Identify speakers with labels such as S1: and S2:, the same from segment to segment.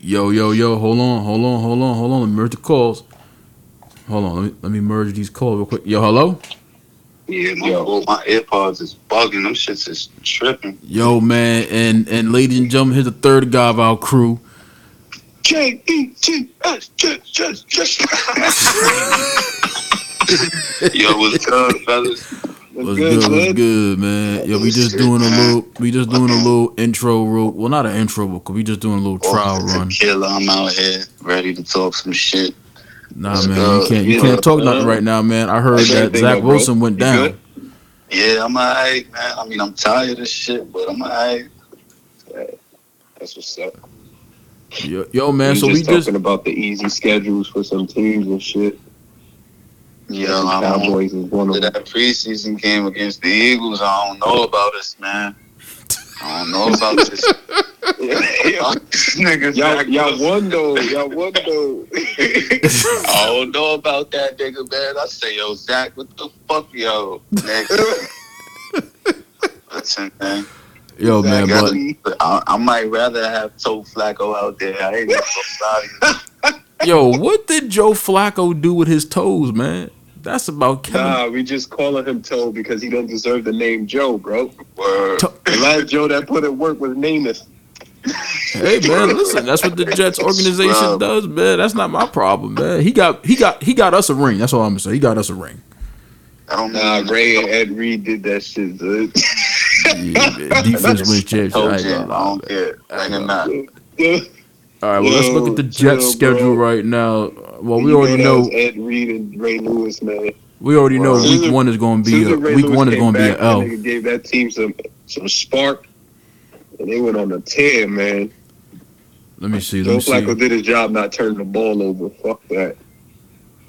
S1: Yo, yo, yo, hold on, hold on, hold on, hold on. Let me merge the calls. Hold on, let me, let me merge these calls real quick. Yo, hello?
S2: Yeah, my, Yo. my AirPods is bugging. Them shits is tripping.
S1: Yo, man, and and ladies and gentlemen, here's the third guy of our crew.
S2: J E T S just just just. Yo, what's good, fellas?
S1: What's good, what's good, man? Yo, we just doing a little, we just doing a little intro real, well, not an intro, but we just doing a
S3: Oh,
S1: little trial
S2: Officer
S1: run.
S2: Killer, I'm out here ready to talk some shit.
S1: Nah,
S2: What's
S1: man,
S2: good?
S1: you can't, you
S2: Yeah,
S1: can't talk
S2: uh,
S1: nothing right now, man. I heard
S3: Uh-huh. how's
S1: that
S3: everything
S1: Zach
S3: go, bro?
S1: Wilson went
S3: You
S1: down.
S3: good?
S2: Yeah, I'm alright, man. I mean, I'm tired of shit, but I'm alright.
S3: That's what's up.
S1: Yo, yo, man, so we
S3: just
S1: just,
S3: talking about the easy schedules for some teams and shit.
S2: Yo,
S3: the
S2: I'm on
S3: Cowboys is one
S2: to
S3: of them.
S2: that preseason game against the Eagles. I don't know about us, man. I don't know about this. Niggas,
S3: y'all,
S2: Zach
S3: y'all
S2: Wilson.
S3: won though. Y'all won though.
S2: I don't know about that nigga, man. I say, yo, Zach, what the fuck, yo, nigga? Listen, man.
S1: yo, Oh, man,
S2: Zach,
S1: but
S2: I, I, I might rather have Toe Flacco out there. I ain't gonna lie to you.
S1: Yo, what did Joe Flacco do with his toes, man? That's about Kevin.
S3: nah, we just calling him Toe because he don't deserve the name Joe, bro.
S2: Word.
S1: To-
S3: The last Joe that put in work was Namus.
S1: hey man, listen, that's what the Jets organization
S2: Scrub.
S1: does, man. That's not my problem, man. He got he got he got us a ring. That's all I'm gonna say. He got us a ring.
S2: I don't
S3: Nah,
S2: mean-
S3: Ray and Ed Reed did that shit. Dude.
S1: Yeah, man. Defense wins championship. I
S2: Told
S1: ain't
S2: you, I
S1: gonna lie,
S2: don't
S1: man.
S2: care.
S1: I
S2: Like
S1: ain't
S2: or
S1: gonna
S2: not.
S1: All right, well, let's look at the
S3: Yo,
S1: Jets
S3: chill,
S1: schedule
S3: bro.
S1: right now. Well, we
S3: You
S1: already
S3: that
S1: know
S3: was Ed Reed and Ray Lewis, man.
S1: we already know
S2: Well,
S1: week
S3: Susan-
S1: one is gonna be
S3: Soon
S1: a,
S3: as Ray
S1: week
S3: Lewis
S1: one is
S3: came
S1: gonna be
S3: back,
S1: an
S3: that
S1: L.
S3: nigga gave that team some some spark, and they went on a tear, man.
S1: Let me see. Let
S3: Joe
S1: me see.
S3: Flacco did his job, not turning the ball over. Fuck that.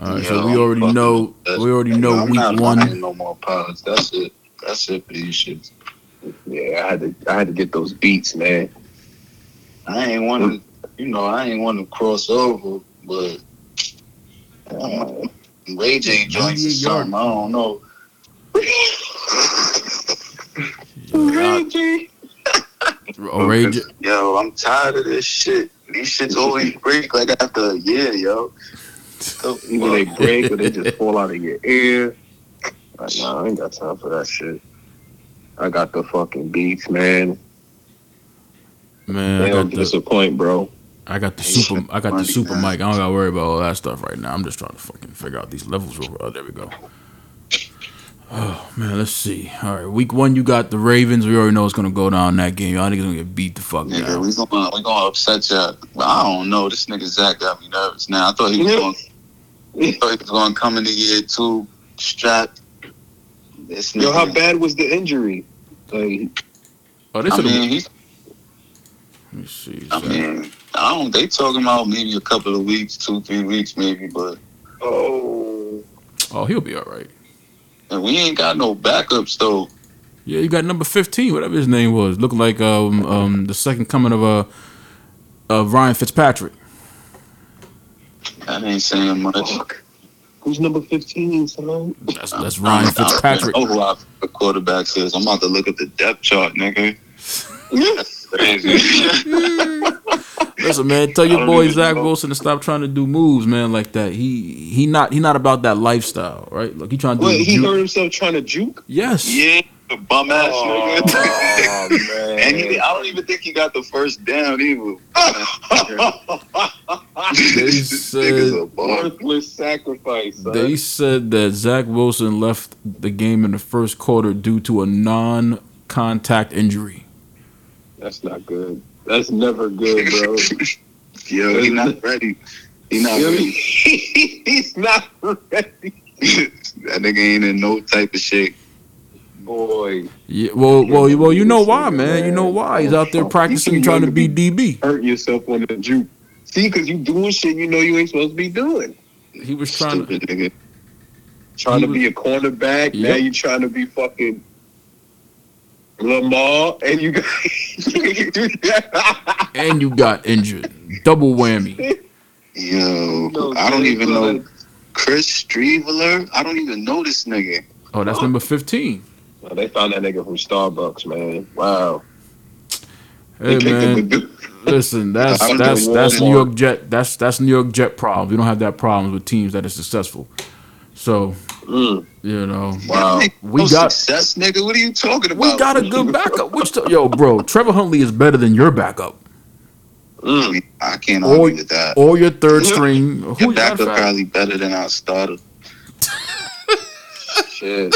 S1: All right,
S2: Yeah,
S1: so we
S2: I'm
S1: already
S2: fucking
S1: know
S2: with
S1: we already
S2: that.
S1: know
S2: I'm
S1: week
S2: not
S1: one.
S2: buying No more pods. That's it. That's it for these shits.
S3: Yeah, I had to I had to get those beats, man.
S2: I ain't want to, you know, I ain't want to cross over, but um, Ray J joints or something. I don't know.
S1: Ray
S3: J.
S1: Oh, Ray J-
S2: Yo, I'm tired of this shit. These shits always break like after a year, yo. So,
S3: Either they break or they just fall out of your ear. Like, nah, I ain't got time for that shit. I got the fucking beats, man.
S1: man, I
S3: They
S1: got
S3: don't
S1: the
S3: disappoint, bro.
S1: I got the
S2: Yeah, you
S1: super.
S2: should
S1: I got the
S2: find it,
S1: super
S2: man.
S1: mic. I don't gotta worry about all that stuff right now. I'm just trying to fucking figure out these levels. Real oh, there we go. Oh man, let's see. All right, week one, you got the Ravens. We already know it's gonna go down in that game. Y'all niggas gonna get beat the fuck
S2: Nigga,
S1: down.
S2: we gonna we gonna upset y'all. But I don't know. This nigga Zach got me nervous now. I thought he was going. I thought he was going to come in the year two strapped. This nigga,
S3: Yo, how bad was the injury? Like,
S1: Oh, they
S2: I
S1: should.
S2: mean,
S1: Let
S2: he
S1: me see.
S2: I mean, I don't. They talking about maybe a couple of weeks, two, three weeks, maybe. But
S3: oh,
S1: Oh, he'll be all right.
S2: and we ain't got no backups though.
S1: Yeah, you got number fifteen, whatever his name was. Looking like um um the second coming of uh of Ryan Fitzpatrick.
S2: That ain't saying much.
S3: fuck. Who's number 15, son?
S1: That's that's Ryan
S2: I don't
S1: Fitzpatrick.
S2: know who our quarterback is. I'm about to look at the depth chart, nigga. That's crazy.
S1: Listen, man, tell
S2: I
S1: your
S2: don't
S1: boy
S2: even
S1: Zach
S2: know.
S1: Wilson to stop trying to do moves, man, like that. He he not he not about that lifestyle, right? Like he trying to do.
S3: Wait, he
S1: ju-
S3: hurt himself trying to juke?
S1: yes.
S2: yeah, bum ass nigga.
S3: Oh, man.
S2: And he, I don't even think he got the first down either.
S1: They
S2: this nigga's a
S1: said
S2: bum.
S3: Worthless sacrifice, son.
S1: they said that Zach Wilson left the game in the first quarter due to a non-contact injury.
S3: That's not good. That's never good, bro.
S2: Yo, he not ready. He not
S3: You know what I
S2: ready.
S3: mean? He's not ready.
S2: that nigga ain't in no type of shape.
S3: Boy,
S1: Yeah, well, well, well, you know why, man? You know why? He's out there practicing trying to be DB.
S3: hurt yourself on the juke. See, because you doing shit you know you ain't supposed to be doing.
S1: He was trying to.
S2: Stupid nigga.
S3: Trying
S1: He
S3: to be a cornerback, now
S1: Yep.
S3: you trying to be fucking Lamar, and you got you do that.
S1: And you got injured. Double whammy.
S2: Yo,
S3: No,
S2: I don't
S3: dude,
S2: even
S3: bro,
S2: know Chris Streveler. I don't even know this nigga.
S1: Oh, that's number fifteen.
S3: Oh, Well, they found that nigga from Starbucks, man. Wow.
S1: Hey
S3: they picked
S1: man,
S3: up a dude.
S1: Listen, that's
S2: I'm
S1: that's
S2: doing
S1: that's
S2: Walmart.
S1: New York Jet. That's that's New York Jet problems. We don't have that problems with teams that are successful. So
S3: Mm.
S1: you know,
S2: Wow.
S1: We
S2: no
S1: got-
S2: success, nigga. What are you talking about?
S1: we got a good backup. Which t- yo, bro, Trevor Huntley is better than your backup
S2: I,
S3: Mm,
S2: mean, I can't
S1: Or-
S2: argue with that.
S1: or your third string. Who
S2: Your
S1: you got?
S2: backup
S1: in fact?
S2: probably better than our starter.
S3: Shit.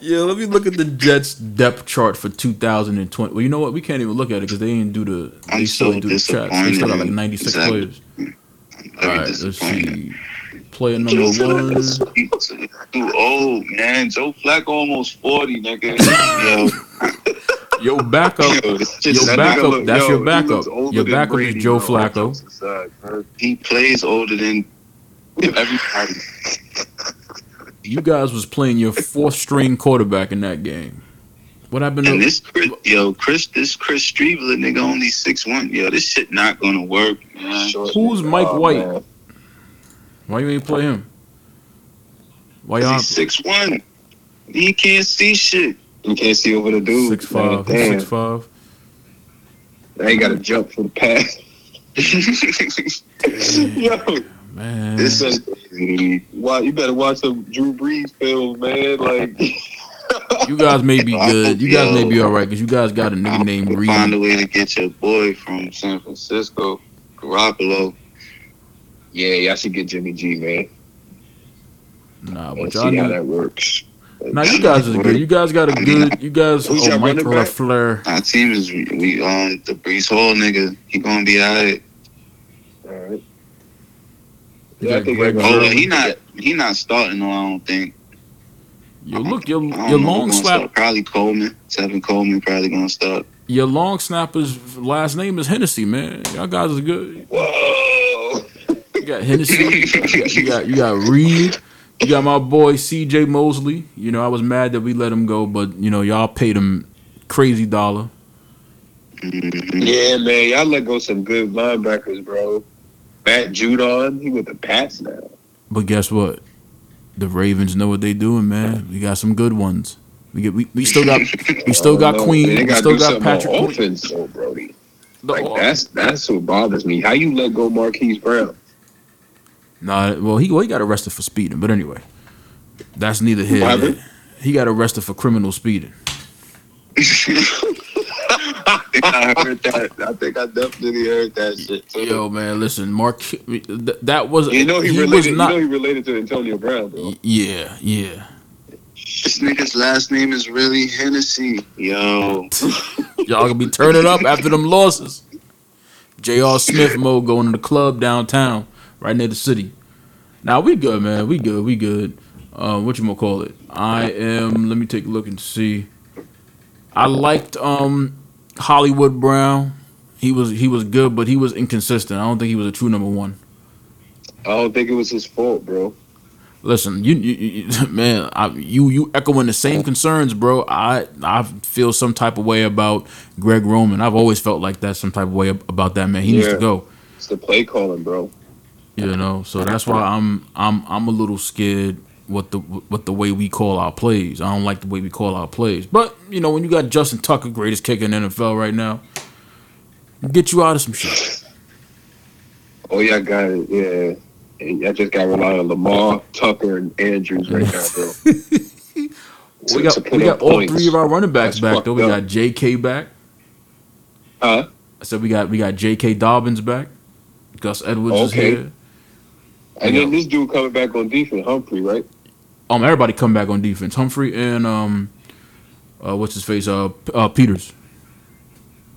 S1: Yeah, let me look at the Jets depth chart for 2020. Well, you know what? We can't even look at it because they ain't do the. They
S2: I'm
S1: still
S2: so
S1: ain't do the checks. They still got like
S2: disappointed.
S1: 96
S2: Exactly.
S1: players.
S2: Very
S1: All right, let's
S2: disappointed.
S1: see. Player number one.
S2: You old man, Joe Flacco almost forty, nigga. yo,
S1: Your backup.
S2: yo, this
S1: Your
S2: just that
S1: backup-
S2: nigga look-
S3: look-
S1: that's your
S3: he
S1: backup.
S3: looks older
S1: Your
S3: than
S1: backup is Joe
S3: bro.
S1: Flacco.
S3: Sucks, bro.
S2: He plays older than everybody.
S1: You guys was playing your fourth string quarterback in that game. What happened?
S2: And
S1: To,
S2: this Chris, yo, Chris, this Chris Streveler nigga only six one. Yo, this shit not gonna work, man.
S3: Short
S1: Who's
S3: nigga.
S1: Mike
S3: Oh,
S1: White?
S3: man.
S1: why you ain't play him? Why y'all
S2: He's six one. He can't see shit.
S3: You can't see over the dude.
S1: six five?
S3: Man, damn.
S1: Six five.
S3: They got to jump for the pass. Yo,
S1: Man,
S3: this uh, is wow. You better watch some Drew Brees films, man. Like,
S1: you guys may be
S2: I
S1: good.
S2: hope
S1: You guys may be
S2: yo-
S1: all right because you guys got a nigga
S2: I'm
S1: named
S2: gonna
S1: Reed.
S2: Find a way to get your boy from San Francisco, Garoppolo.
S3: yeah, y'all should get Jimmy G, man.
S1: Nah, but
S3: Let's
S1: y'all
S3: see how
S1: need
S3: that works.
S1: Now you guys is good. You guys got a good. You guys.
S3: Who's
S1: Oh,
S3: your
S1: Mike
S3: running back?
S1: LaFleur.
S2: Our team is we, we um the Brees Hall nigga. He gonna be alright.
S3: All right.
S1: You
S3: Yeah, I
S1: got
S3: think
S1: Greg
S3: I got
S2: Oh,
S1: Sure.
S2: he not he not starting though. I don't think.
S1: Yo, look, your
S2: I don't
S1: your
S2: know who
S1: long
S2: gonna
S1: slap.
S2: start. Probably Coleman. Tevin Coleman probably gonna start.
S1: Your long snapper's last name is Hennessy, man. Y'all guys is good.
S3: Whoa.
S1: You got Hennessy. you, got, you got you got Reed. You got my boy C.J. Mosley. You know, I was mad that we let him go, but you know, y'all paid him crazy dollar.
S2: Mhm.
S3: Yeah, man. Y'all let go some good linebackers, bro. Matt Judon, he with the Pats now.
S1: But guess what? The Ravens know what they doing, man. We got some good ones. We get we, we still got we still
S3: I
S1: got
S3: don't know,
S1: Queen.
S3: man. Oh, They
S1: We
S3: gotta
S1: still
S3: do
S1: got
S3: something on
S1: Patrick. Queen.
S3: Offense, though, Brody.
S1: The-
S3: Like that's that's what bothers me. How you let go Marquise Brown?
S1: Nah, well, he well, he got arrested for speeding, but anyway, that's neither here.
S3: What
S1: nor
S3: happened?
S1: there. He got arrested for criminal speeding.
S2: I think I heard that. I think I definitely heard that shit. Too.
S1: Yo, man, listen, Mark, th- that was
S3: You know he,
S1: was
S3: related.
S1: not.
S3: You know he related to Antonio Brown, bro.
S1: yeah, yeah.
S2: This nigga's last name is really Hennessy. Yo,
S1: Y'all gonna be turning up after them losses. J.R. Smith mode going to the club downtown, right near the city. Now we good, man. We good. We good. Uh, what you gonna call it? I am. Let me take a look and see. I liked um Hollywood Brown. He was he was good, but he was inconsistent. I don't think he was a true number one.
S3: I don't think it was his fault, bro.
S1: Listen, you, you, you man, I, you you echoing the same concerns, bro. I I feel some type of way about Greg Roman. I've always felt like that some type of way ab- about that man. He needs to
S3: Yeah.
S1: go.
S3: It's the play calling, bro.
S1: You know, so that's why I'm I'm I'm a little scared what the what the way we call our plays. I don't like the way we call our plays. But you know, when you got Justin Tucker, greatest kicker in the NFL right now, get you out of some shit.
S3: Oh yeah, got it. Yeah. And I just got to rely on Lamar, Tucker, and Andrews right now, bro. To-
S1: We got
S3: to put
S1: we
S3: up
S1: got all
S3: points.
S1: three of our running backs
S3: That's
S1: back
S3: fucked
S1: though. We
S3: up.
S1: got J.K. back.
S3: Huh?
S1: I said we got we got J.K. Dobbins back. Gus Edwards is
S3: Okay.
S1: here.
S3: And
S1: Yeah.
S3: then this dude coming back on defense, Humphrey, right?
S1: Um, everybody come back on defense. Humphrey and um, uh, what's his face? Uh, P- uh Peters.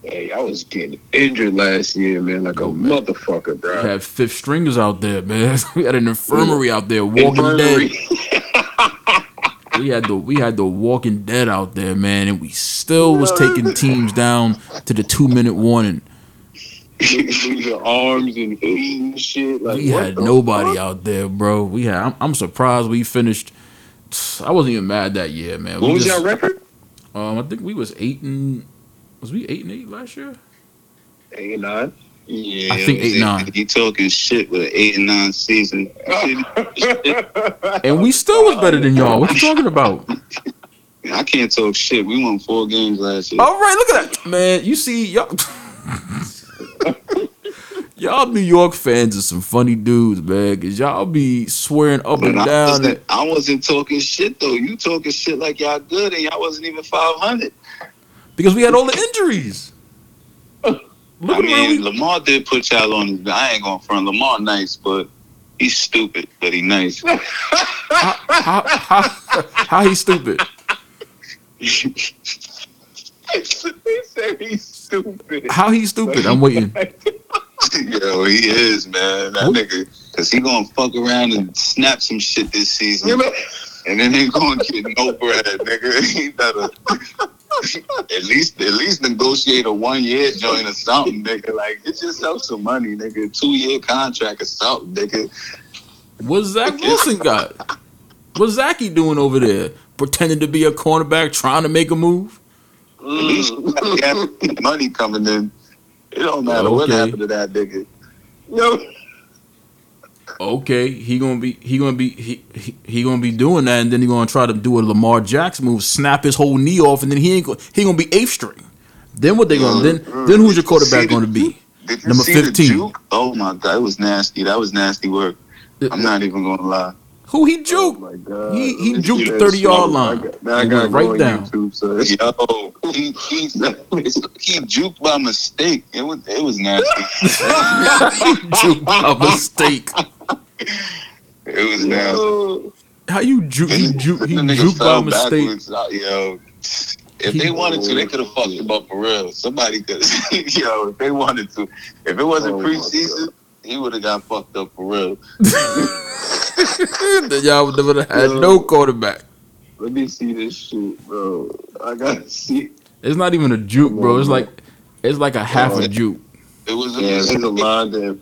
S3: Hey, I was getting injured last year, man, like a motherfucker,
S1: We
S3: bro.
S1: had fifth stringers out there, man. we had an infirmary out there, Walking
S3: Infirmary.
S1: Dead. We had the we had the Walking Dead out there, man, and we still was taking teams down to the two minute warning.
S3: Lose your arms and feet and shit. Like,
S1: We
S3: what
S1: had
S3: the
S1: nobody
S3: fuck?
S1: out there, bro. We had. I'm, I'm surprised we finished. I wasn't even mad that year, man.
S3: What
S1: We
S3: was
S1: just-
S3: your record?
S1: Um, I think we was eight and was we eight and eight last year?
S3: Eight and nine.
S2: yeah,
S1: I think
S2: it was
S1: eight, nine.
S2: You talking shit with an eight and nine season?
S1: And we still was better than y'all. What you talking about?
S2: I can't talk shit. We won four games last year.
S1: All right, look at that, man. You see, y'all, y'all New York fans are some funny dudes, man. Cause y'all be swearing up
S2: But
S1: and
S2: I
S1: down.
S2: wasn't, I wasn't talking shit though. You talking shit like y'all good and y'all wasn't even five hundred.
S1: because we had all the injuries. Look
S2: I
S1: at where
S2: mean,
S1: we,
S2: Lamar did put y'all on. his- I ain't going to front. Lamar nice, but he's stupid, but he nice.
S1: how, how, how he stupid.
S3: he said he's stupid.
S1: How he stupid. I'm waiting.
S2: Yo, he is, man. That nigga. Because he going to fuck around and snap some shit this season.
S3: You know-
S2: And then he going to get no bread, nigga. He better... at least, at least negotiate a one year joint or something, nigga. Like get yourself some money, nigga. Two year contract or something, nigga.
S1: What Zach Wilson got? What's Zachy doing over there? Pretending to be a cornerback, trying to make a move?
S2: At
S3: Mm.
S2: least
S1: Mm.
S2: you got money coming in. It don't matter what
S1: Okay.
S2: happened to that nigga.
S3: No,
S1: Okay, he gonna be he gonna be he, he, he gonna be doing that, and then he gonna try to do a Lamar Jackson move, snap his whole knee off, and then he ain't go, he gonna be eighth string. Then what they gonna
S2: Mm,
S1: then then who's your quarterback gonna be?
S2: Did you
S1: Number
S2: see
S1: 15.
S2: the juke? Oh my god, it was nasty. That was nasty work. I'm not even gonna lie.
S1: Who he juked?
S3: Oh my God.
S1: He- he
S3: Let me
S1: juked
S3: see
S1: the
S3: that
S1: 30 yard
S3: slow.
S1: line.
S3: I got- Now I
S1: He
S3: got
S1: went right
S3: right
S1: down.
S3: down. YouTube, so
S2: Yo, he he, he juked by mistake. It was it was nasty.
S1: juke by mistake.
S2: It was nasty.
S3: Yo.
S1: How you juke? He juke. He
S2: The nigga
S1: juke by
S2: fell
S1: mistake.
S2: backwards. Uh, Yo, if
S1: He-
S2: they wanted to, they could have fucked him up for real. Somebody could. Yo, if they wanted to, if it wasn't
S3: Oh, my
S2: preseason, he would have got fucked up for real.
S1: then y'all would never had no quarterback.
S3: Let me see this shit, bro. I gotta see.
S1: It's not even a juke, bro. It's like it's like a half a juke.
S2: It was a
S3: Yeah, there's a line there.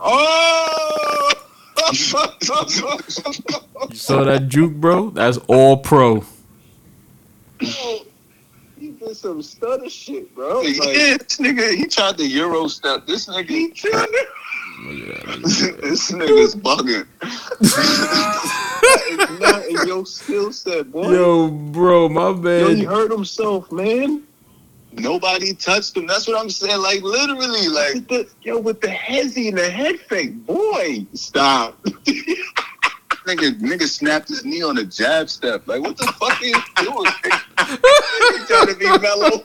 S3: Oh!
S1: You saw that juke, bro? That's all pro.
S2: Oh
S3: he did some stutter shit, bro.
S2: Yeah,
S3: Like,
S2: Oh, this nigga, he tried the Euro step. This nigga, this nigga's bugging.
S3: it's not in your skill set, boy. Yo,
S1: Yo, bro, my
S3: he
S1: man.
S3: hurt himself, man.
S2: Nobody touched him. That's what I'm saying. Like literally, like
S3: With the, yo, with the hezzy and the head fake, boy.
S2: stop. nigga, nigga snapped his knee on a jab step. Like what the fuck are you doing?
S3: He trying to be mellow.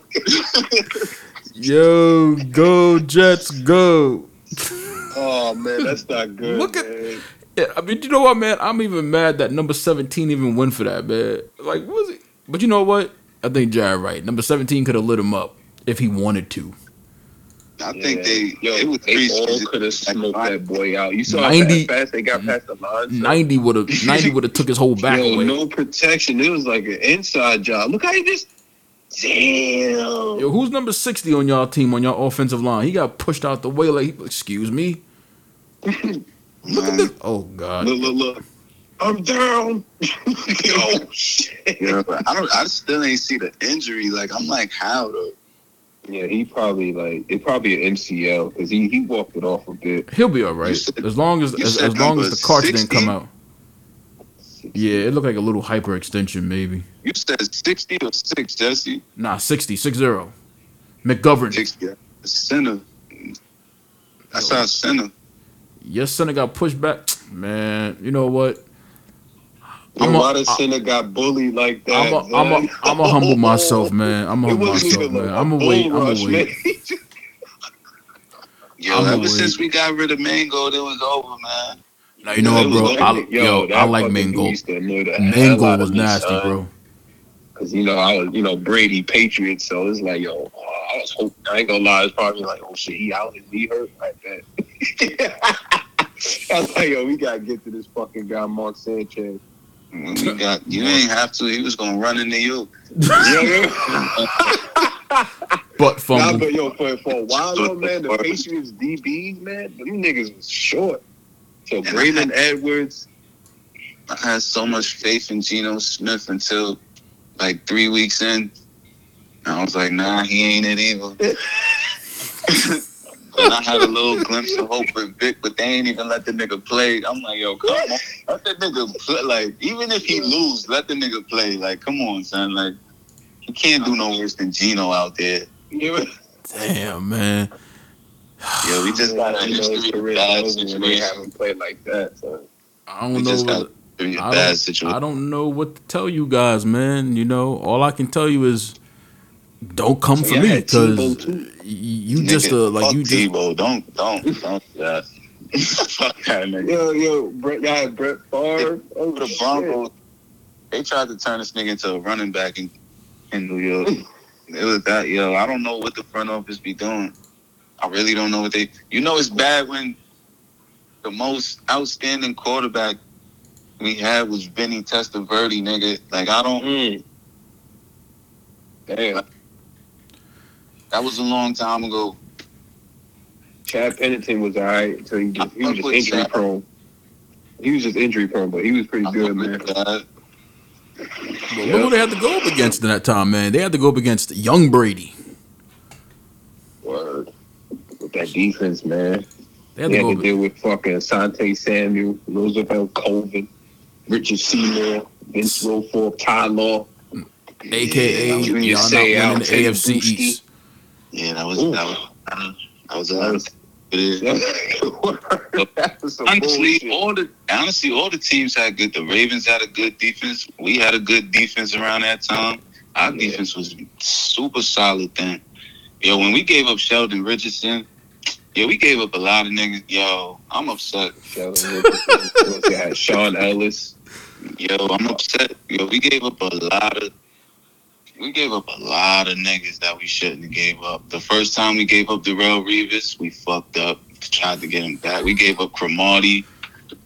S1: Yo, go Jets, go.
S3: Oh man, that's not good.
S1: Look at-
S3: man.
S1: Yeah, I mean, you know what, man? I'm even mad that number 17 even went for that, man. Like, what was it? But you know what? I think Jared right. Number 17 could have lit him up if he wanted to.
S2: I think
S3: Yeah.
S2: they.
S3: Yo,
S2: it was
S3: they all
S2: preseason.
S3: could have smoked that boy out. You saw
S1: 90
S3: how fast they got past the line.
S1: 90 would have 90 would have took his whole back
S3: Yo,
S1: away.
S3: no protection. It was like an inside job. Look how he just. Damn.
S1: Yo, who's number 60 on y'all team on y'all offensive line? He got pushed out the way like, excuse me. Look at
S2: Man.
S1: this. Oh god.
S3: Look, look, look. I'm down. Yo, shit.
S2: Yeah, but I don't. I still ain't see the injury. Like I'm like, how though?
S3: Yeah, he probably like it probably an MCL because he he walked it off a bit.
S1: He'll be all right
S2: You said-
S1: as long as
S2: you
S1: as,
S2: said
S1: as long as
S2: number
S1: the carts didn't
S2: 60?
S1: come out. Yeah, it looked like a little hyperextension maybe.
S2: You said sixty or six, Jesse.
S1: Nah, 60, 60. McGovern.
S2: Sixty. Center. I saw center.
S1: Your center got pushed back. Man, you know what?
S3: I'm
S1: I'm a-
S3: why the center got bullied like that?
S1: I'm a, I'm a,
S3: son?
S1: I'm a humble myself, man. I'm a humble myself, man. I'm a
S3: bull
S1: wait. I'm
S3: rush,
S1: a wait.
S3: man.
S2: Yo,
S1: I'm
S2: ever
S1: awake.
S2: since we got rid of Mango, it was over, man.
S1: Now you know what, bro? I, yo, I
S3: that
S1: like
S3: fucking dude
S1: mango.
S3: used to annoy the hell
S1: Mango
S3: out
S1: was
S3: of me,
S1: nasty,
S3: son.
S1: bro.
S3: Cause you know I was, you know Brady Patriots, so it's like yo, oh, I was hoping I ain't gonna lie, it's probably like oh shit, he out his knee hurt like that. I was like yo, we gotta get to this fucking guy Mark Sanchez.
S2: When we got you ain't have to. He was gonna run into you.
S3: You know what I mean?
S1: Butt
S3: Nah,
S1: fumble.
S3: but yo, for, for a while though, man, the Patriots DBs, man, them niggas was short. So Braylon Edwards,
S2: I had so much faith in Geno Smith until like three weeks in. And I was like, nah, he ain't it either. And I had a little glimpse of hope with Vic, but they ain't even let the nigga play. I'm like, yo, come on. Let the nigga play. Like, even if he lose, let the nigga play. Like, come on, son. Like, he can't do no worse than Gino out there.
S3: Yeah.
S1: Damn, man.
S2: Yo, we just got a
S3: You know,
S2: history
S3: it's
S2: of
S3: career
S2: bad
S3: over when they
S2: situations.
S3: haven't played like that. So.
S1: I don't
S2: We
S1: know.
S2: just
S1: What,
S2: got a history of
S1: I
S2: bad
S1: I
S2: situations.
S1: don't know what to tell you guys, man. You know, all I can tell you is don't come
S3: So
S1: for
S3: y'all
S1: me
S3: had
S1: because
S3: Tebow,
S1: you,
S3: too?
S1: you just uh,
S2: Nigga,
S1: like
S2: fuck
S1: you just
S2: Tebow. Don't, don't, don't. do that. Fuck that nigga.
S3: Yo, yo, Brett, y'all had Brett Favre Oh,
S2: over the Broncos. They tried to turn this nigga into a running back in, in New York. it was that, yo. I don't know what the front office be doing. I really don't know what they. You know, it's bad when the most outstanding quarterback we had was Vinny Testaverde, nigga. Like I don't.
S3: Mm. Damn,
S2: That was a long time ago.
S3: Chad Pennington was alright until he just he was just injury prone. He was just injury prone, but he was pretty
S2: I
S3: good,
S2: fuck with
S3: man.
S2: that.
S1: But look who they had to go up against in that time, man. They had to go up against young Brady.
S3: Word. With that defense, man.
S1: They had to
S3: They had
S1: go
S3: to
S1: up.
S3: deal with fucking Asante Samuel, Roosevelt Colvin, Richard Seymour, Vince Wilfork, Ty Law.
S1: AKA,
S3: Yeah,
S1: y'all
S3: you
S1: not
S3: say
S1: winning
S3: I'll
S1: the
S3: take
S1: AFC
S3: Brewski.
S1: East.
S2: Yeah, that was
S3: Ooh.
S2: that was. That was, that was it is.
S3: that was some
S2: Honestly,
S3: bullshit.
S2: all the honestly all the teams had good. The Ravens had a good defense. We had a good defense around that time. Our
S3: Yeah.
S2: defense was super solid then. Yo, when we gave up Sheldon Richardson, yeah, we gave up a lot of niggas. Yo, I'm upset.
S3: Sheldon Richardson. They had Sean Ellis.
S2: Yo, I'm upset. Yo, we gave up a lot of. We gave up a lot of niggas that we shouldn't have gave up. The first time we gave up Darrell Revis, we fucked up. Tried to get him back. We gave up Cromartie.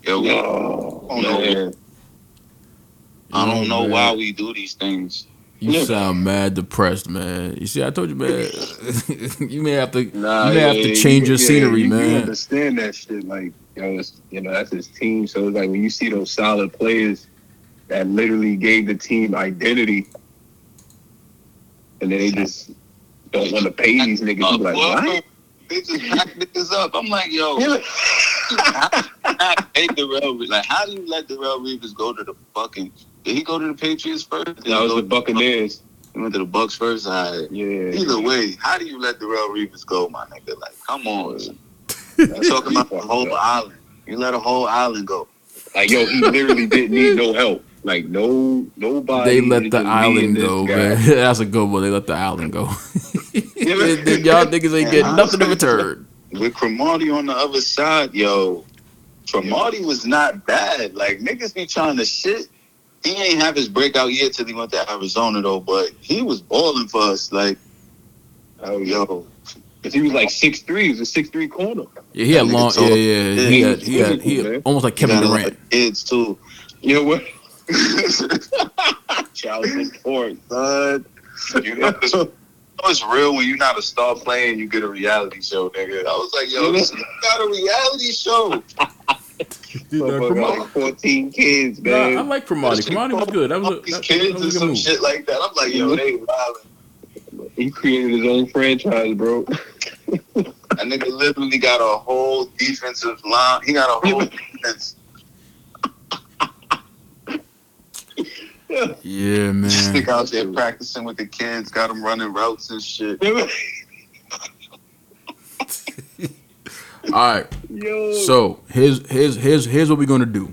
S2: Yo, we,
S3: Oh,
S2: no.
S3: man.
S2: I don't know
S1: man.
S2: why we do these things.
S1: You sound mad depressed, man. You see, I told you, man. you may have to
S3: Nah,
S1: You may have to change your scenery,
S3: you,
S1: man.
S3: You understand that shit, like yo, it's, you know that's his team. So it's like when you see those solid players that literally gave the team identity, and then they just don't want to pay these niggas. You be like what?
S2: They just hacked Uh, niggas up. I'm like, yo, how- hey, Darrell, Re- like, how do you let Darrell Reeves go to the fucking? Did he go to the Patriots first? Did he
S3: That was
S2: go-
S3: the Buccaneers.
S2: He went to the Bucks first. All right.
S3: Yeah,
S2: Either way, how do you let Darrell Reeves go, my nigga? Like, come on,
S3: that's
S2: talking about the
S3: fucked
S2: whole
S3: up.
S2: island. You let a whole island go.
S3: Like yo, he literally didn't need no help. Like no, nobody.
S1: they let
S3: is
S1: the
S3: leading
S1: island
S3: this
S1: go,
S3: guy.
S1: man. That's a good one. They let the island go.
S3: Yeah,
S1: Then y'all niggas ain't
S2: Yeah,
S1: getting nothing in
S2: honestly,
S1: return.
S2: with Cromartie on the other side, yo, Cromartie was not bad. Like niggas be trying to shit. He ain't have his breakout year till he went to Arizona though, but he was balling for us. Like,
S3: Oh yo,
S2: yo,
S3: because he was like six three. He was a six three corner.
S1: Yeah, he had
S2: That nigga
S1: long. Yeah,
S2: tall.
S1: yeah. He
S2: Yeah,
S1: had. He had. He
S3: man.
S1: had almost like
S2: he
S1: Kevin
S2: got a lot
S1: Durant.
S2: of kids too.
S3: You know what?
S2: you
S3: Child support, son.
S2: know, it's, you know it's real when you're not a star player and you get a reality show, nigga. I was like, yo, this nigga got a reality show.
S3: Motherfucker got like 14 kids,
S1: Nah, I
S3: man.
S1: like Cromartie. Cromartie was good. That was a,
S2: These
S1: that, that
S2: kids and
S1: was a
S2: some
S1: good move.
S2: shit like that. I'm like, yo, they wildin'.
S3: he created his own franchise, bro.
S2: That nigga literally got a whole defensive line. He got a whole defense.
S1: Yeah, man.
S2: Stick out there practicing with the kids, got them running routes and shit.
S1: All right.
S3: Yo.
S1: So here's here's here's here's what we're gonna do.